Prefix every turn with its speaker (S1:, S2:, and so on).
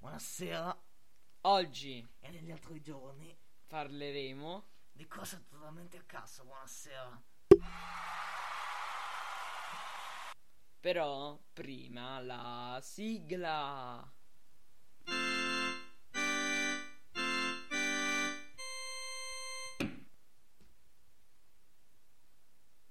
S1: Buonasera
S2: Oggi
S1: e negli altri giorni
S2: parleremo
S1: di cose totalmente a caso. Buonasera.
S2: però prima la sigla.